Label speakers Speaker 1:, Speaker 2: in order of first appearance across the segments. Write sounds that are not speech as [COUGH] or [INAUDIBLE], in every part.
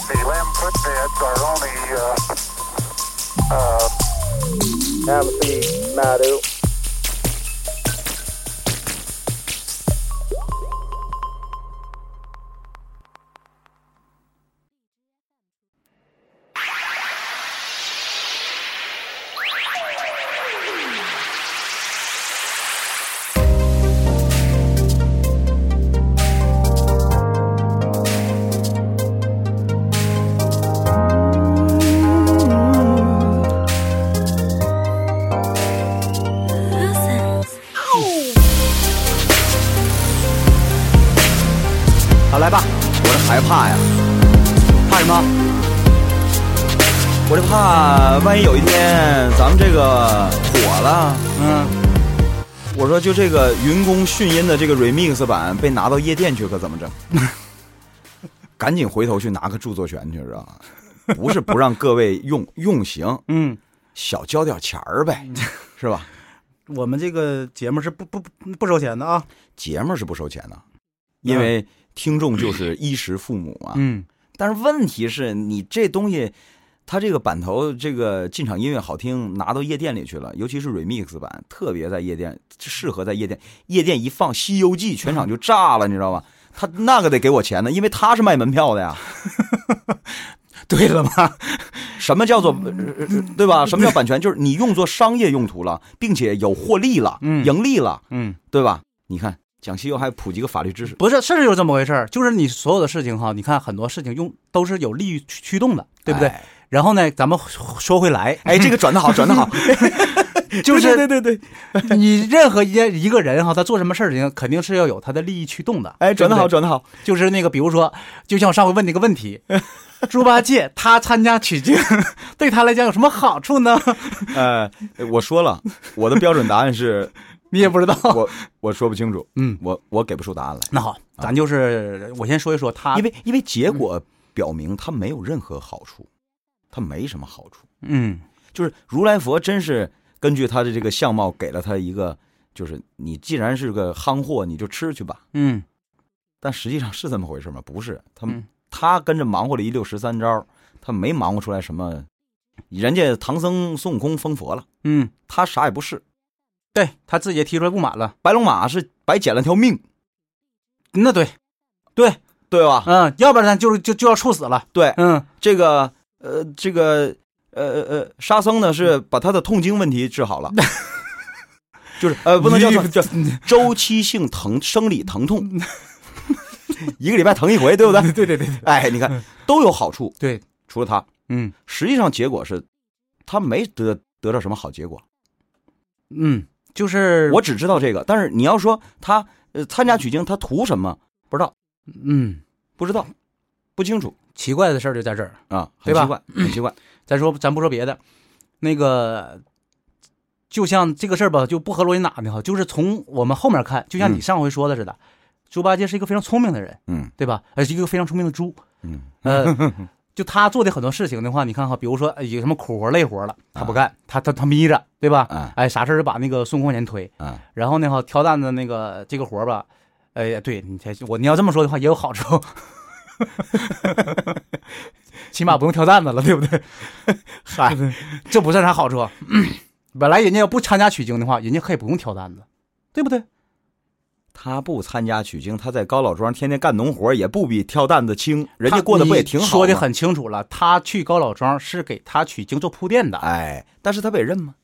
Speaker 1: quit beds are only, uh, uh,
Speaker 2: Amity Madu.
Speaker 3: 好，来吧，我这害怕呀，怕什么？我这怕，万一有一天咱们这个火了，嗯，我说就这个云宫迅音的这个 remix 版被拿到夜店去，可怎么整？
Speaker 4: [LAUGHS]
Speaker 3: 赶紧回头去拿个著作权去，知道吗？不是不让各位
Speaker 4: [LAUGHS]
Speaker 3: 用用行，
Speaker 4: 嗯，
Speaker 3: 小交点钱儿呗，是吧？
Speaker 4: 我们这个节目是不不不不收钱的啊。
Speaker 3: 节目是不收钱的，因为听众就是衣食父母啊，
Speaker 4: 嗯，
Speaker 3: 但是问题是你这东西，它这个版头这个进场音乐好听，拿到夜店里去了，尤其是 remix 版，特别在夜店适合在夜店，夜店一放《西游记》，全场就炸了，你知道吧？他那个得给我钱的，因为他是卖门票
Speaker 4: [LAUGHS]
Speaker 3: 的呀。
Speaker 4: 对了嘛，
Speaker 3: 什么叫做呃呃呃对吧？什么叫版权？就是你用作商业用途了，并且有获利了，
Speaker 4: 嗯
Speaker 3: 盈利了，
Speaker 4: 嗯，
Speaker 3: 对吧？你看蒋西又还普及个法律知识，
Speaker 4: 不是，事儿就是这么回事儿，就是你所有的事情哈，你看很多事情用都是有利于驱驱动的，对不对？
Speaker 3: 哎
Speaker 4: 然后呢，咱们说回来，
Speaker 3: 哎，这个转的好，转的
Speaker 4: [LAUGHS]
Speaker 3: 好，
Speaker 4: 就是
Speaker 3: 对对对，
Speaker 4: [LAUGHS] 你任何一件一个人哈，他做什么事情，肯定是要有他的利益驱动的。
Speaker 3: 哎，转的好，
Speaker 4: 对不对
Speaker 3: 转的好，
Speaker 4: 就是那个，比如说，就像我上回问那个问
Speaker 3: [LAUGHS]
Speaker 4: 题，猪八戒他参加取经， [LAUGHS] 对他来讲有什么好处呢？
Speaker 3: 呃，我说了，我的标准答案是
Speaker 4: 你也不知道。
Speaker 3: 我我说不清楚，
Speaker 4: 哦嗯，
Speaker 3: 我我给不出答案来，
Speaker 4: 那好，咱就是我先说一说他，
Speaker 3: 因
Speaker 4: 为
Speaker 3: 为因为结
Speaker 4: 嗯
Speaker 3: 果表明它没有任何好处，它没什么好处。
Speaker 4: 嗯
Speaker 3: 就是如来佛真是根据他的这个相貌给了他一个，就是你既然是个夯货，你就吃去吧。
Speaker 4: 嗯
Speaker 3: 但实际上是这么回事吗？不是，他、
Speaker 4: 嗯
Speaker 3: 他跟着忙活了一溜十三招，他没忙活出来什么。人家唐僧、孙悟空封佛了，
Speaker 4: 嗯，
Speaker 3: 他啥也不是。
Speaker 4: 对他自己也提出来不满了。
Speaker 3: 白龙马是白捡了条命，
Speaker 4: 那对，对，
Speaker 3: 对吧？
Speaker 4: 嗯，要不然就是就就要处死了。
Speaker 3: 对，
Speaker 4: 嗯
Speaker 3: 这个呃，这个呃呃呃，沙僧呢是把他的痛经问题治
Speaker 4: [LAUGHS]
Speaker 3: 好了，就是呃，不能叫痛，叫 [LAUGHS] 周期性疼生理疼痛，一个礼拜疼一回，对不对？ [LAUGHS] 对对对哎，你看都有好处，
Speaker 4: 嗯对，
Speaker 3: 除了他，
Speaker 4: 嗯
Speaker 3: 实际上结果是他没得得到什么好结果。
Speaker 4: 嗯，就是
Speaker 3: 我只知道这个，但是你要说他呃参加取经，他图什么？不知道，
Speaker 4: 嗯
Speaker 3: 不知道，不清楚
Speaker 4: 奇怪的事儿就在这儿。
Speaker 3: 啊，
Speaker 4: 对
Speaker 3: 很
Speaker 4: 吧
Speaker 3: 奇怪，很奇怪。
Speaker 4: 咱说，咱不说别的，那个就像这个事儿吧，就不合逻辑哪呢哈，就是从我们后面看，就像你
Speaker 3: 嗯
Speaker 4: 上回说的似的，猪八戒是一个非常聪明的人，
Speaker 3: 嗯
Speaker 4: 对吧？而是一个非常聪明的猪，
Speaker 3: 嗯，
Speaker 4: [LAUGHS] 呃，就他做的很多事情的话，你看哈，比如说哎有什么苦活累活了，他不干，他他他眯着，对吧？
Speaker 3: 啊
Speaker 4: 哎，啥事儿就把那个孙悟空往前推，
Speaker 3: 啊，
Speaker 4: 然后呢哈，挑担子那个这个活儿吧，哎呀，对你才我你要这么说的话也有好处。 [LAUGHS] 起码不用挑担子了，对不对？嗨，这不算啥好处。本来人家要不参加取经的话，人家可以不用挑担子，对不对？
Speaker 3: 他不参加取经，他在高老庄天天干农活，也不比挑担子轻，人家过得不也挺好
Speaker 4: 你
Speaker 3: 吗？
Speaker 4: 说的很清楚了，他去高老庄是给他取经做铺垫的。
Speaker 3: 哎，但是他不也认吗？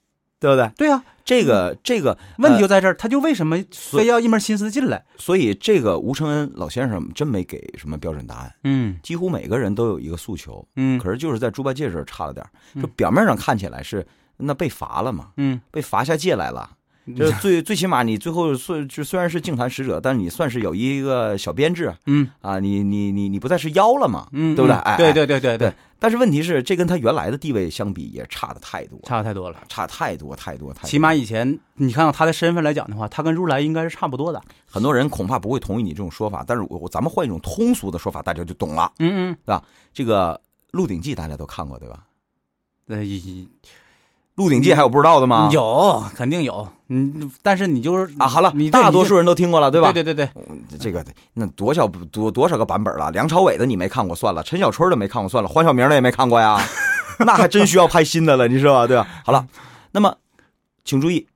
Speaker 3: 对不对？
Speaker 4: 对啊，
Speaker 3: 这个这个
Speaker 4: 问题就
Speaker 3: 呃
Speaker 4: 在这儿，他就为什么
Speaker 3: 所以
Speaker 4: 非要一门心思进来？
Speaker 3: 所以这个吴承恩老先生真没给什么标准答案，
Speaker 4: 嗯
Speaker 3: 几乎每个人都有一个诉求，
Speaker 4: 嗯
Speaker 3: 可是就是在猪八戒这儿差了点儿，
Speaker 4: 嗯
Speaker 3: 就表面上看起来是那被罚了嘛，
Speaker 4: 嗯，
Speaker 3: 被罚下界来了。就是最最起码你最后虽就虽然是净坛使者，但是你算是有一个小编制
Speaker 4: 嗯
Speaker 3: 啊，你你你你不再是妖了嘛，
Speaker 4: 嗯，
Speaker 3: 对不对？
Speaker 4: 嗯
Speaker 3: 哎，
Speaker 4: 对对对对对
Speaker 3: 对，但是问题是，这跟他原来的地位相比，也差的太多，
Speaker 4: 差太多了。
Speaker 3: 差太多太多太多。
Speaker 4: 起码以前你看到他的身份来讲的话，他跟如来应该是差不多的。
Speaker 3: 很多人恐怕不会同意你这种说法，但是我我咱们换一种通俗的说法，大家就懂了。
Speaker 4: 嗯
Speaker 3: 这个《鹿鼎记》大家都看过对吧？
Speaker 4: 嗯，呃，一
Speaker 3: 鹿鼎记》还有不知道的
Speaker 4: 啊
Speaker 3: 吗？
Speaker 4: 有，肯定有。嗯，但是你就是
Speaker 3: 啊，好了，
Speaker 4: 你
Speaker 3: 大多数人都听过了，
Speaker 4: 对
Speaker 3: 吧？
Speaker 4: 对对对
Speaker 3: 对，这个那多少多多少个版本了？梁朝伟的你没看过算了，陈小春的没看过算了，黄晓明的也没看
Speaker 4: [LAUGHS]
Speaker 3: 过呀，那还真需要拍新的了，你知道吧？对吧？好了，那么请注意，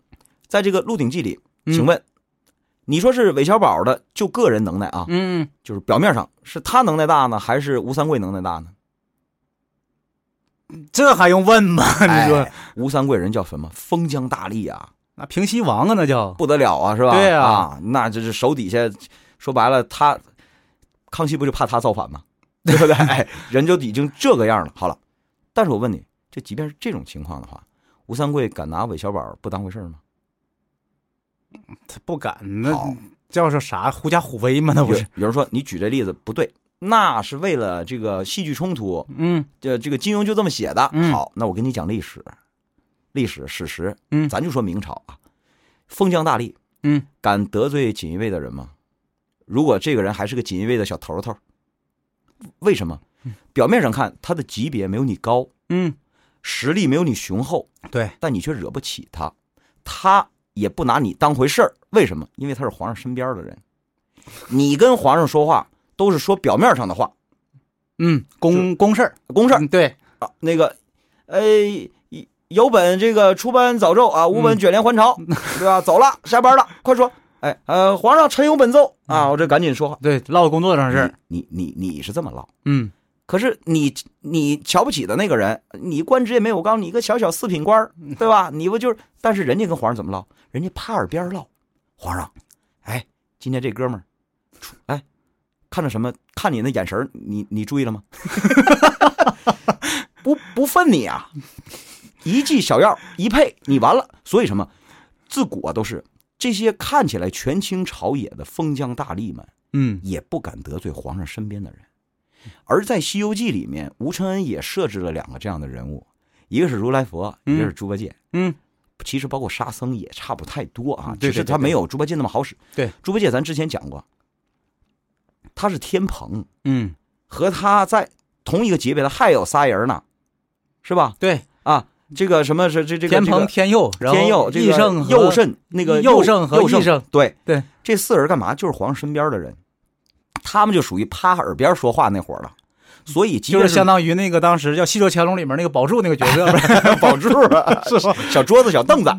Speaker 3: 在这个《鹿鼎记》里，
Speaker 4: 嗯
Speaker 3: 请问、你说是韦小宝的就个人能耐啊，
Speaker 4: 嗯，
Speaker 3: 就是表面上是他能耐大呢，还是吴三桂能耐大呢？
Speaker 4: 这还用问吗？ [LAUGHS] 你说
Speaker 3: 哎吴三桂人叫什么？封疆大吏啊，
Speaker 4: 那平西王啊，那叫
Speaker 3: 不得了啊，是吧？
Speaker 4: 对
Speaker 3: 啊，
Speaker 4: 啊
Speaker 3: 那这是手底下，说白了，他康熙不就怕他造
Speaker 4: [LAUGHS]
Speaker 3: 反吗？对不对？哎，人就已经这个样了。好了，但是我问你，这即便是这种情况的话，吴三桂敢拿韦小宝不当回事儿吗？
Speaker 4: 他 [LAUGHS] 不敢，那
Speaker 3: 好
Speaker 4: 叫是啥狐假虎威吗？那不
Speaker 3: 有
Speaker 4: 是，
Speaker 3: 有人说你举这例子不对，那是为了这个戏剧冲突，
Speaker 4: 嗯
Speaker 3: 这这个金庸就这么写的。
Speaker 4: 嗯
Speaker 3: 好，那我给你讲历史，历史史实，
Speaker 4: 嗯
Speaker 3: 咱就说明朝啊，封疆大吏，
Speaker 4: 嗯，
Speaker 3: 敢得罪锦衣卫的人吗？如果这个人还是个锦衣卫的小头头，为什么？表面上看他的级别没有你高，
Speaker 4: 嗯，
Speaker 3: 实力没有你雄厚，
Speaker 4: 对，
Speaker 3: 但你却惹不起他，他也不拿你当回事儿。为什么？因为他是皇上身边的人，你跟皇上说话都是说表面上的话，
Speaker 4: 嗯，公公事儿，
Speaker 3: 公事儿
Speaker 4: 嗯对，
Speaker 3: 啊，那个，呃，有本这个出班早奏啊，无本卷帘还朝，对吧？走了，下班了，快说。哎，呃，皇上臣有本奏啊，我这赶紧说话。
Speaker 4: 对，唠工作上的事儿，
Speaker 3: 你你你是这么唠，
Speaker 4: 嗯，
Speaker 3: 可是你你瞧不起的那个人，你官职也没有高，你一个小小四品官儿，对吧？你不就是？但是人家跟皇上怎么唠？人家趴耳边唠，皇上，哎，今天这哥们儿，出哎，看着什么？看你那眼神儿你你注意了吗？ [LAUGHS] 不不忿你啊！一剂小药一配，你完了。所以什么？自古啊都是这些看起来权倾朝野的封疆大吏们，
Speaker 4: 嗯，
Speaker 3: 也不敢得罪皇上身边的人。而在《西游记》里面，吴承恩也设置了两个这样的人物，一个是如来佛，一
Speaker 4: 嗯
Speaker 3: 个是猪八戒。
Speaker 4: 嗯，
Speaker 3: 其实包括沙僧也差不太多啊
Speaker 4: 嗯，对
Speaker 3: 只是
Speaker 4: 对对
Speaker 3: 他没有猪八戒那么好使。
Speaker 4: 对，
Speaker 3: 猪八戒咱之前讲过，他是天蓬，
Speaker 4: 嗯，
Speaker 3: 和他在同一个级别的还有仨人呢，是吧？
Speaker 4: 对，
Speaker 3: 啊，这个什么是这这个
Speaker 4: 天
Speaker 3: 这
Speaker 4: 蓬、
Speaker 3: 个
Speaker 4: 天佑，然后
Speaker 3: 天佑、这个
Speaker 4: 义圣和
Speaker 3: 佑圣那个
Speaker 4: 佑
Speaker 3: 佑
Speaker 4: 圣和
Speaker 3: 佑
Speaker 4: 义圣，
Speaker 3: 对
Speaker 4: 对，
Speaker 3: 这四人干嘛？就是皇上身边的人，他们就属于趴耳边说话那伙儿了。所以即
Speaker 4: 就
Speaker 3: 便
Speaker 4: 是相当于那个当时叫《戏说乾隆》里面那个宝柱那个角色 [LAUGHS] 呗，
Speaker 3: 保住了，
Speaker 4: 是吧？
Speaker 3: 啊小桌子、小
Speaker 4: [LAUGHS]
Speaker 3: 凳子，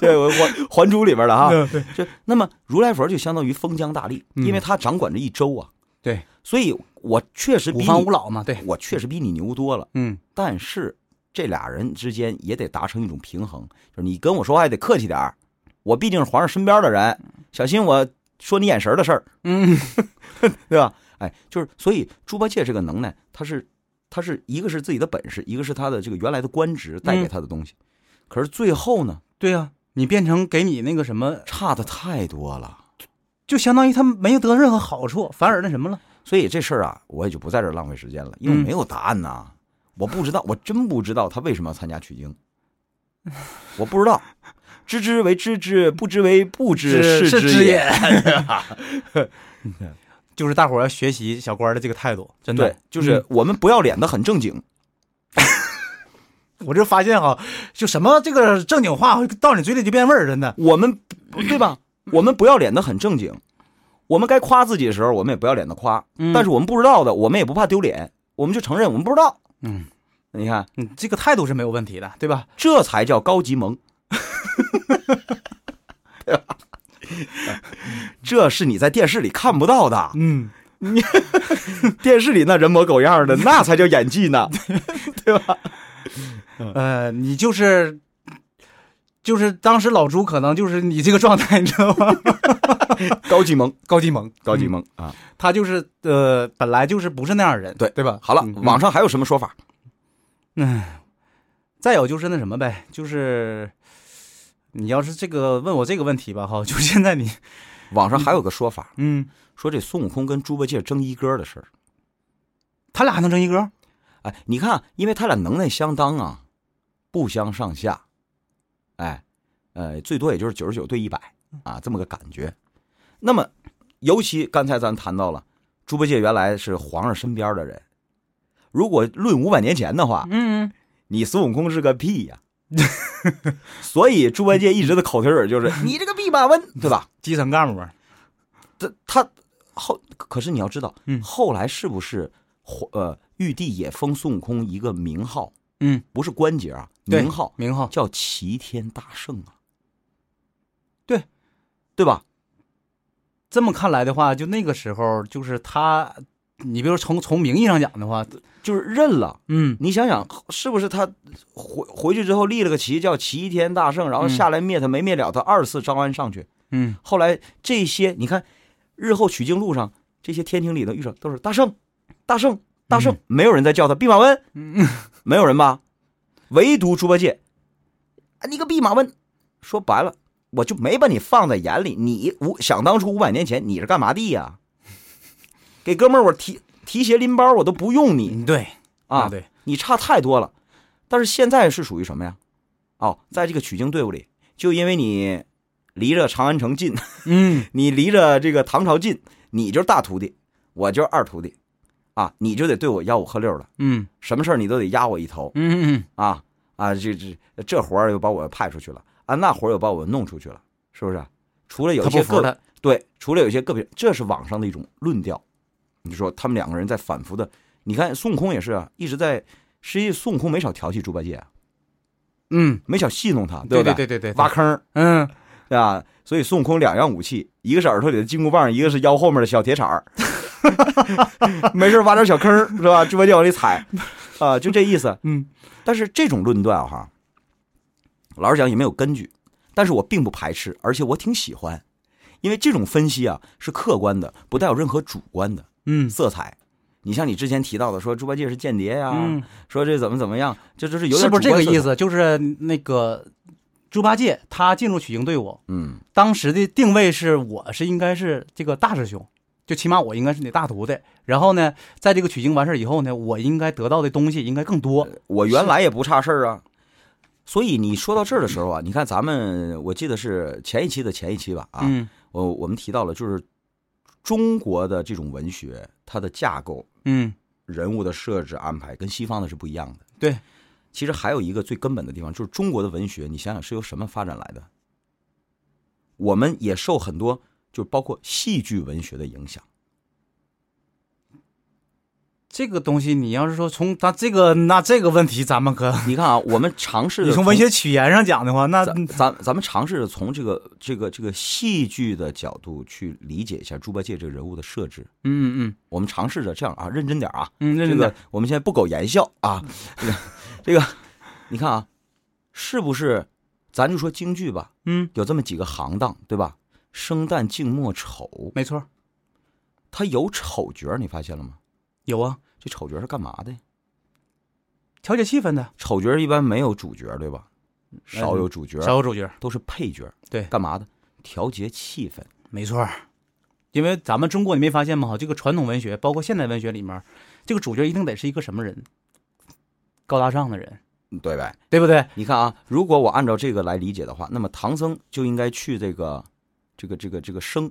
Speaker 3: 这我还还珠里边的哈。
Speaker 4: 嗯对，
Speaker 3: 这那么如来佛就相当于封疆大吏，
Speaker 4: 嗯
Speaker 3: 因为他掌管着一州啊。
Speaker 4: 对，
Speaker 3: 所以我确实
Speaker 4: 五
Speaker 3: 比
Speaker 4: 方五
Speaker 3: 你，
Speaker 4: 老嘛，对，
Speaker 3: 我确实比你牛多了。
Speaker 4: 嗯，
Speaker 3: 但是这俩人之间也得达成一种平衡，就是你跟我说话也得客气点儿，我毕竟是皇上身边的人，小心我说你眼神儿的事儿，
Speaker 4: 嗯，
Speaker 3: [LAUGHS] 对吧？哎，就是所以猪八戒这个能耐，他是他是一个是自己的本事，一个是他的这个原来的官职带给他的东西，可是最后呢，
Speaker 4: 对呀、你变成给你那个什么，
Speaker 3: 差的太多了。
Speaker 4: 就相当于他没有得到任何好处，反而那什么了。
Speaker 3: 所以这事儿啊，我也就不在这儿浪费时间了，因为
Speaker 4: 嗯
Speaker 3: 没有答案呐、我不知道，我真不知道他为什么要参加取经，我不知道。知之为知之，不知为不知，
Speaker 4: 是
Speaker 3: 是
Speaker 4: 之
Speaker 3: 也。，
Speaker 4: [LAUGHS] 就是大伙儿要学习小官儿的这个态度，真的
Speaker 3: 对。，
Speaker 4: 嗯
Speaker 3: 就是我们不要脸的很正经。
Speaker 4: 我就发现哈，就什么这个正经话到你嘴里就变味儿，真的。
Speaker 3: 我们对吧？我们不要脸的很正经，我们该夸自己的时候，我们也不要脸的夸。
Speaker 4: 嗯
Speaker 3: 但是我们不知道的，我们也不怕丢脸，我们就承认我们不知道。
Speaker 4: 嗯，
Speaker 3: 你看，
Speaker 4: 你这个态度是没有问题的，对吧？
Speaker 3: 这才叫高级萌，对吧？这是你在电视里看不到的，
Speaker 4: 嗯，
Speaker 3: 电视里那人模狗
Speaker 4: [LAUGHS]
Speaker 3: 样的，那才叫演技呢。
Speaker 4: 呃，你就是。就是当时老朱可能就是你这个状态，你知道吗？
Speaker 3: 高级萌，
Speaker 4: 高级萌，
Speaker 3: 高级萌啊！
Speaker 4: 嗯他就是呃，本来就是不是那样的人，
Speaker 3: 对
Speaker 4: 对吧？
Speaker 3: 好了，
Speaker 4: 嗯
Speaker 3: 网上还有什么说法？
Speaker 4: 再有就是那什么呗，就是你要是这个问我这个问题吧，哈，就现在你，
Speaker 3: 网上还有个说法，
Speaker 4: 嗯，
Speaker 3: 说这孙悟空跟猪八戒争一哥的事儿。
Speaker 4: 他俩还能争一个？
Speaker 3: 哎，你看，因为他俩能耐相当啊，不相上下，哎，呃，最多也就是九十九对一百啊，这么个感觉。那么，尤其刚才咱谈到了，猪八戒原来是皇上身边的人，如果论五百年前的话，
Speaker 4: 嗯，
Speaker 3: 你孙悟空是个屁呀、所以猪八戒一直的口头语就是“你这个弼马温”，对吧？
Speaker 4: 基层干部，
Speaker 3: 他他后可是你要知道，
Speaker 4: 嗯
Speaker 3: 后来是不是呃玉帝也封孙悟空一个名号，
Speaker 4: 嗯，
Speaker 3: 不是官节啊，
Speaker 4: 对
Speaker 3: 名号
Speaker 4: 名号
Speaker 3: 叫齐天大圣啊，
Speaker 4: 对
Speaker 3: 对吧？
Speaker 4: 这么看来的话，就那个时候，就是他，你比如从从名义上讲的话，
Speaker 3: 就是认了。
Speaker 4: 嗯，
Speaker 3: 你想想，是不是他回回去之后立了个旗，叫齐天大圣，然后下来灭他，没灭了他，二次招安上去。
Speaker 4: 嗯，
Speaker 3: 后来这些，你看，日后取经路上这些天庭里头遇上都是大圣，大圣，大圣，
Speaker 4: 嗯
Speaker 3: 没有人再叫他弼马温，没有人吧？唯独猪八戒，啊你个弼马温，说白了，我就没把你放在眼里。你五想当初五百年前你是干嘛
Speaker 4: [LAUGHS]
Speaker 3: 的呀？给哥们儿我提提鞋拎包我都不用你
Speaker 4: 嗯对
Speaker 3: 啊！
Speaker 4: 对，
Speaker 3: 你差太多了。但是现在是属于什么呀？哦，在这个取经队伍里，就因为你离着长安城近，
Speaker 4: 嗯，
Speaker 3: 你离着这个唐朝近，你就是大徒弟，我就是二徒弟，啊，你就得对我吆五喝六的，
Speaker 4: 嗯
Speaker 3: 什么事儿你都得压我一头
Speaker 4: 嗯嗯
Speaker 3: 啊啊！这这这活儿又把我派出去了啊，那活儿又把我弄出去了，是不是？除了有
Speaker 4: 他
Speaker 3: 一
Speaker 4: 不
Speaker 3: 些
Speaker 4: 服
Speaker 3: 个
Speaker 4: 他，
Speaker 3: 对，除了有一些个别，这是网上的一种论调。你说他们两个人在反复的，你看孙悟空也是啊，一直在，实际孙悟空没少调戏猪八戒啊，
Speaker 4: 嗯，
Speaker 3: 没少戏弄他，
Speaker 4: 对
Speaker 3: 不对
Speaker 4: 对对对，
Speaker 3: 挖坑儿，
Speaker 4: 嗯，
Speaker 3: 对吧？所以孙悟空两样武器，一个是耳朵里的金箍棒，一个是腰后面的小铁铲儿， [LAUGHS] 没事挖点小坑儿是吧？猪八戒往里踩，啊、就这意思。
Speaker 4: 嗯，
Speaker 3: 但是这种论断啊哈，老实讲也没有根据，但是我并不排斥，而且我挺喜欢，因为这种分析啊是客观的，不带有任何主观的
Speaker 4: 嗯
Speaker 3: 色彩。你像你之前提到的，说猪八戒是间谍呀、
Speaker 4: 嗯，
Speaker 3: 说这怎么怎么样，这就是有点
Speaker 4: 是不是这
Speaker 3: 主
Speaker 4: 个
Speaker 3: 观色
Speaker 4: 意
Speaker 3: 彩？
Speaker 4: 思？就是那个猪八戒他进入取经队伍，
Speaker 3: 嗯，
Speaker 4: 当时的定位是我是应该是这个大师兄，就起码我应该是你大徒弟。然后呢，在这个取经完事儿以后呢，我应该得到的东西应该更多。
Speaker 3: 我原来也不差事儿啊。所以你说到这儿的时候啊，你看咱们，我记得是前一期的前一期吧啊，
Speaker 4: 嗯
Speaker 3: 我我们提到了，就是中国的这种文学，它的架构、
Speaker 4: 嗯
Speaker 3: 人物的设置安排跟西方的是不一样的。
Speaker 4: 对，
Speaker 3: 其实还有一个最根本的地方，就是中国的文学，你想想是由什么发展来的？我们也受很多，就包括戏剧文学的影响。
Speaker 4: 这个东西，你要是说从他这个那这个问题，咱们可
Speaker 3: 你看啊，我们尝试
Speaker 4: 你
Speaker 3: 着
Speaker 4: 从文学语言上讲的话，那嗯
Speaker 3: 咱咱咱们尝试着从这个这个这个戏剧的角度去理解一下猪八戒这个人物的设置。
Speaker 4: 嗯嗯
Speaker 3: 我们尝试着这样啊，认真点啊，
Speaker 4: 嗯，认
Speaker 3: 这
Speaker 4: 真嗯
Speaker 3: 个
Speaker 4: 的，
Speaker 3: 我们现在不苟言笑啊， [LAUGHS] 这个这个，你看啊，是不是？咱就说京剧吧，
Speaker 4: 嗯，
Speaker 3: 有这么几个行当，对吧？生旦净末丑，
Speaker 4: 没错，
Speaker 3: 它有丑角，你发现了吗？
Speaker 4: 有啊，
Speaker 3: 这丑角是干嘛的呀？
Speaker 4: 调节气氛的，
Speaker 3: 丑角一般没有主角，对吧？少有主角，
Speaker 4: 嗯少有主角，
Speaker 3: 都是配角。
Speaker 4: 对
Speaker 3: 干嘛的？调节气氛。
Speaker 4: 没错。因为咱们中国，你没发现吗？哈，这个传统文学，包括现代文学里面，这个主角一定得是一个什么人？高大上的人，
Speaker 3: 对呗，
Speaker 4: 对不对？
Speaker 3: 你看啊，如果我按照这个来理解的话，那么唐僧就应该去这个，这个这个这个生，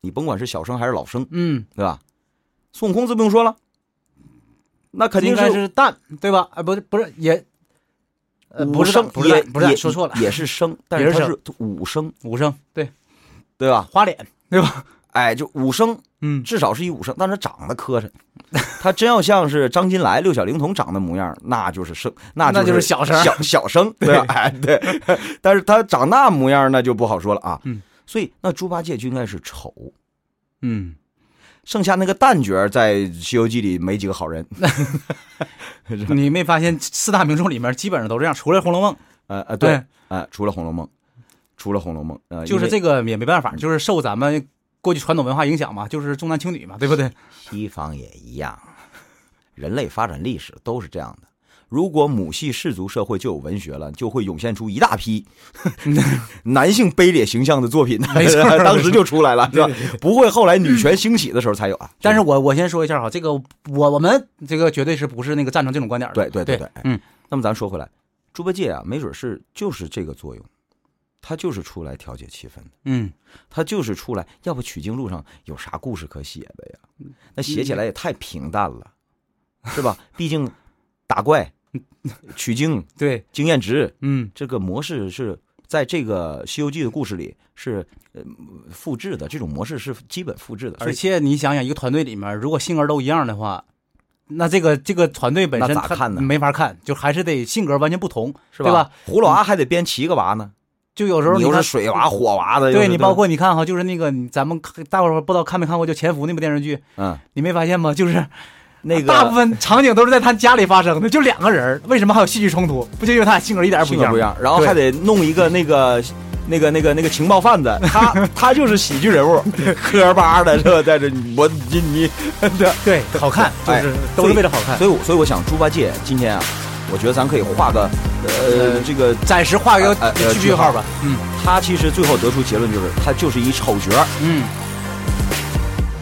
Speaker 3: 你甭管是小生还是老生，
Speaker 4: 嗯，
Speaker 3: 对吧？孙悟空自不用说了，那肯定
Speaker 4: 应该是蛋，对吧？啊，不是，不是也，呃，不
Speaker 3: 武
Speaker 4: 是蛋
Speaker 3: 生
Speaker 4: 不是
Speaker 3: 也
Speaker 4: 蛋不是
Speaker 3: 也
Speaker 4: 蛋，说错了，
Speaker 3: 也是生，但
Speaker 4: 也
Speaker 3: 是
Speaker 4: 是
Speaker 3: 他
Speaker 4: 生
Speaker 3: 是武生，
Speaker 4: 武生，对，
Speaker 3: 对吧？
Speaker 4: 花脸，
Speaker 3: 哎，就武生
Speaker 4: 嗯，
Speaker 3: 至少是一武生，但是长得磕碜， [LAUGHS] 他真要像是张金来、六小龄童长的模样，那就是生，那
Speaker 4: 那
Speaker 3: 就
Speaker 4: 就是小生
Speaker 3: 小
Speaker 4: [LAUGHS]
Speaker 3: 小生，对吧？哎，对， [LAUGHS] 但是他长那模样，那就不好说了啊。
Speaker 4: 嗯，
Speaker 3: 所以那猪八戒就应该是丑，
Speaker 4: 嗯，
Speaker 3: 剩下那个旦角儿在《西游记》里没几个好人。
Speaker 4: 你没发现四大名著里面基本上都这样，除了《红楼梦
Speaker 3: 呃呃，对，
Speaker 4: 哎
Speaker 3: 呃，除了《红楼梦》，除了《红楼梦》，呃，》，
Speaker 4: 就是
Speaker 3: 因为
Speaker 4: 这个也没办法，就是受咱们过去传统文化影响嘛，就是重男轻女嘛，对不对？
Speaker 3: 西方也一样， [LAUGHS] 人类发展历史都是这样的。如果母系氏族社会就有文学了，就会涌现出一大批 [LAUGHS] 男性卑劣形象的作品，
Speaker 4: 没错
Speaker 3: [LAUGHS] 当时就出来
Speaker 4: [LAUGHS]
Speaker 3: 了，是吧？不会后来女权兴起的时候才有啊。
Speaker 4: 但是我我先说一下哈，这个我我们这个绝对是不是那个赞成这种观点的？
Speaker 3: 对对
Speaker 4: 对
Speaker 3: 对，哎
Speaker 4: 嗯，
Speaker 3: 那么咱说回来，猪八戒啊，没准是就是这个作用，他就是出来调节气氛的。
Speaker 4: 嗯，
Speaker 3: 他就是出来，要不取经路上有啥故事可写的呀？那写起来也太平淡了，是吧？毕竟打怪取经
Speaker 4: 对，
Speaker 3: 经验值，
Speaker 4: 嗯，
Speaker 3: 这个模式是在这个《西游记》的故事里是呃复制的，这种模式是基本复制的，所
Speaker 4: 而
Speaker 3: 以
Speaker 4: 且你想想，一个团队里面如果性格都一样的话，那这个这个团队本身
Speaker 3: 那咋
Speaker 4: 他
Speaker 3: 看呢
Speaker 4: 没法看，就还是得性格完全不同，
Speaker 3: 是
Speaker 4: 对吧？
Speaker 3: 胡老阿还得编七个娃呢，
Speaker 4: 就有时候
Speaker 3: 你
Speaker 4: 你
Speaker 3: 又
Speaker 4: 看嗯
Speaker 3: 是水娃、火娃的，又
Speaker 4: 对
Speaker 3: 是
Speaker 4: 你包括你看哈，就是那个你咱们看大伙儿不知道看没看过叫《潜伏》那部电视剧，
Speaker 3: 嗯
Speaker 4: 你没发现吗？就是
Speaker 3: 那个
Speaker 4: 大部分场景都是在他家里发生的，就两个人儿，为什么还有戏剧冲突？不就因为他俩性格一点儿也
Speaker 3: 性
Speaker 4: 不一
Speaker 3: 格
Speaker 4: 样？
Speaker 3: 不一样，然后还得弄一个那个。那个、那个、那个情报贩子，
Speaker 4: [LAUGHS]
Speaker 3: 他他就是喜剧人物，磕巴的，是吧？在这你我你你，对，
Speaker 4: 对，好看就是
Speaker 3: 哎
Speaker 4: 都是为了好看，
Speaker 3: 所以我所以我想猪八戒今天啊，我觉得咱可以画个呃
Speaker 4: 呃
Speaker 3: 这个
Speaker 4: 暂时画个
Speaker 3: 哎哎
Speaker 4: 句句号吧。嗯
Speaker 3: 他其实最后得出结论就是，他就是一丑角儿。
Speaker 4: 嗯，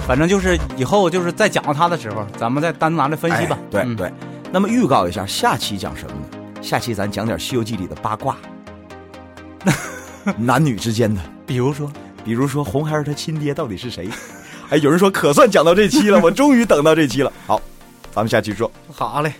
Speaker 4: 反正就是以后就是再讲到他的时候，咱们再单拿来分析吧
Speaker 3: 哎。对
Speaker 4: 嗯
Speaker 3: 对。那么预告一下，下期讲什么呢？下期咱讲点《西游记》里的八卦， [LAUGHS] 男女之间的，
Speaker 4: 比如说
Speaker 3: 比如说红孩儿他亲爹到底是谁？ [LAUGHS] 哎，有人说可算讲到这期了，我终于等到这期了。好，咱们下期说。
Speaker 4: 好嘞，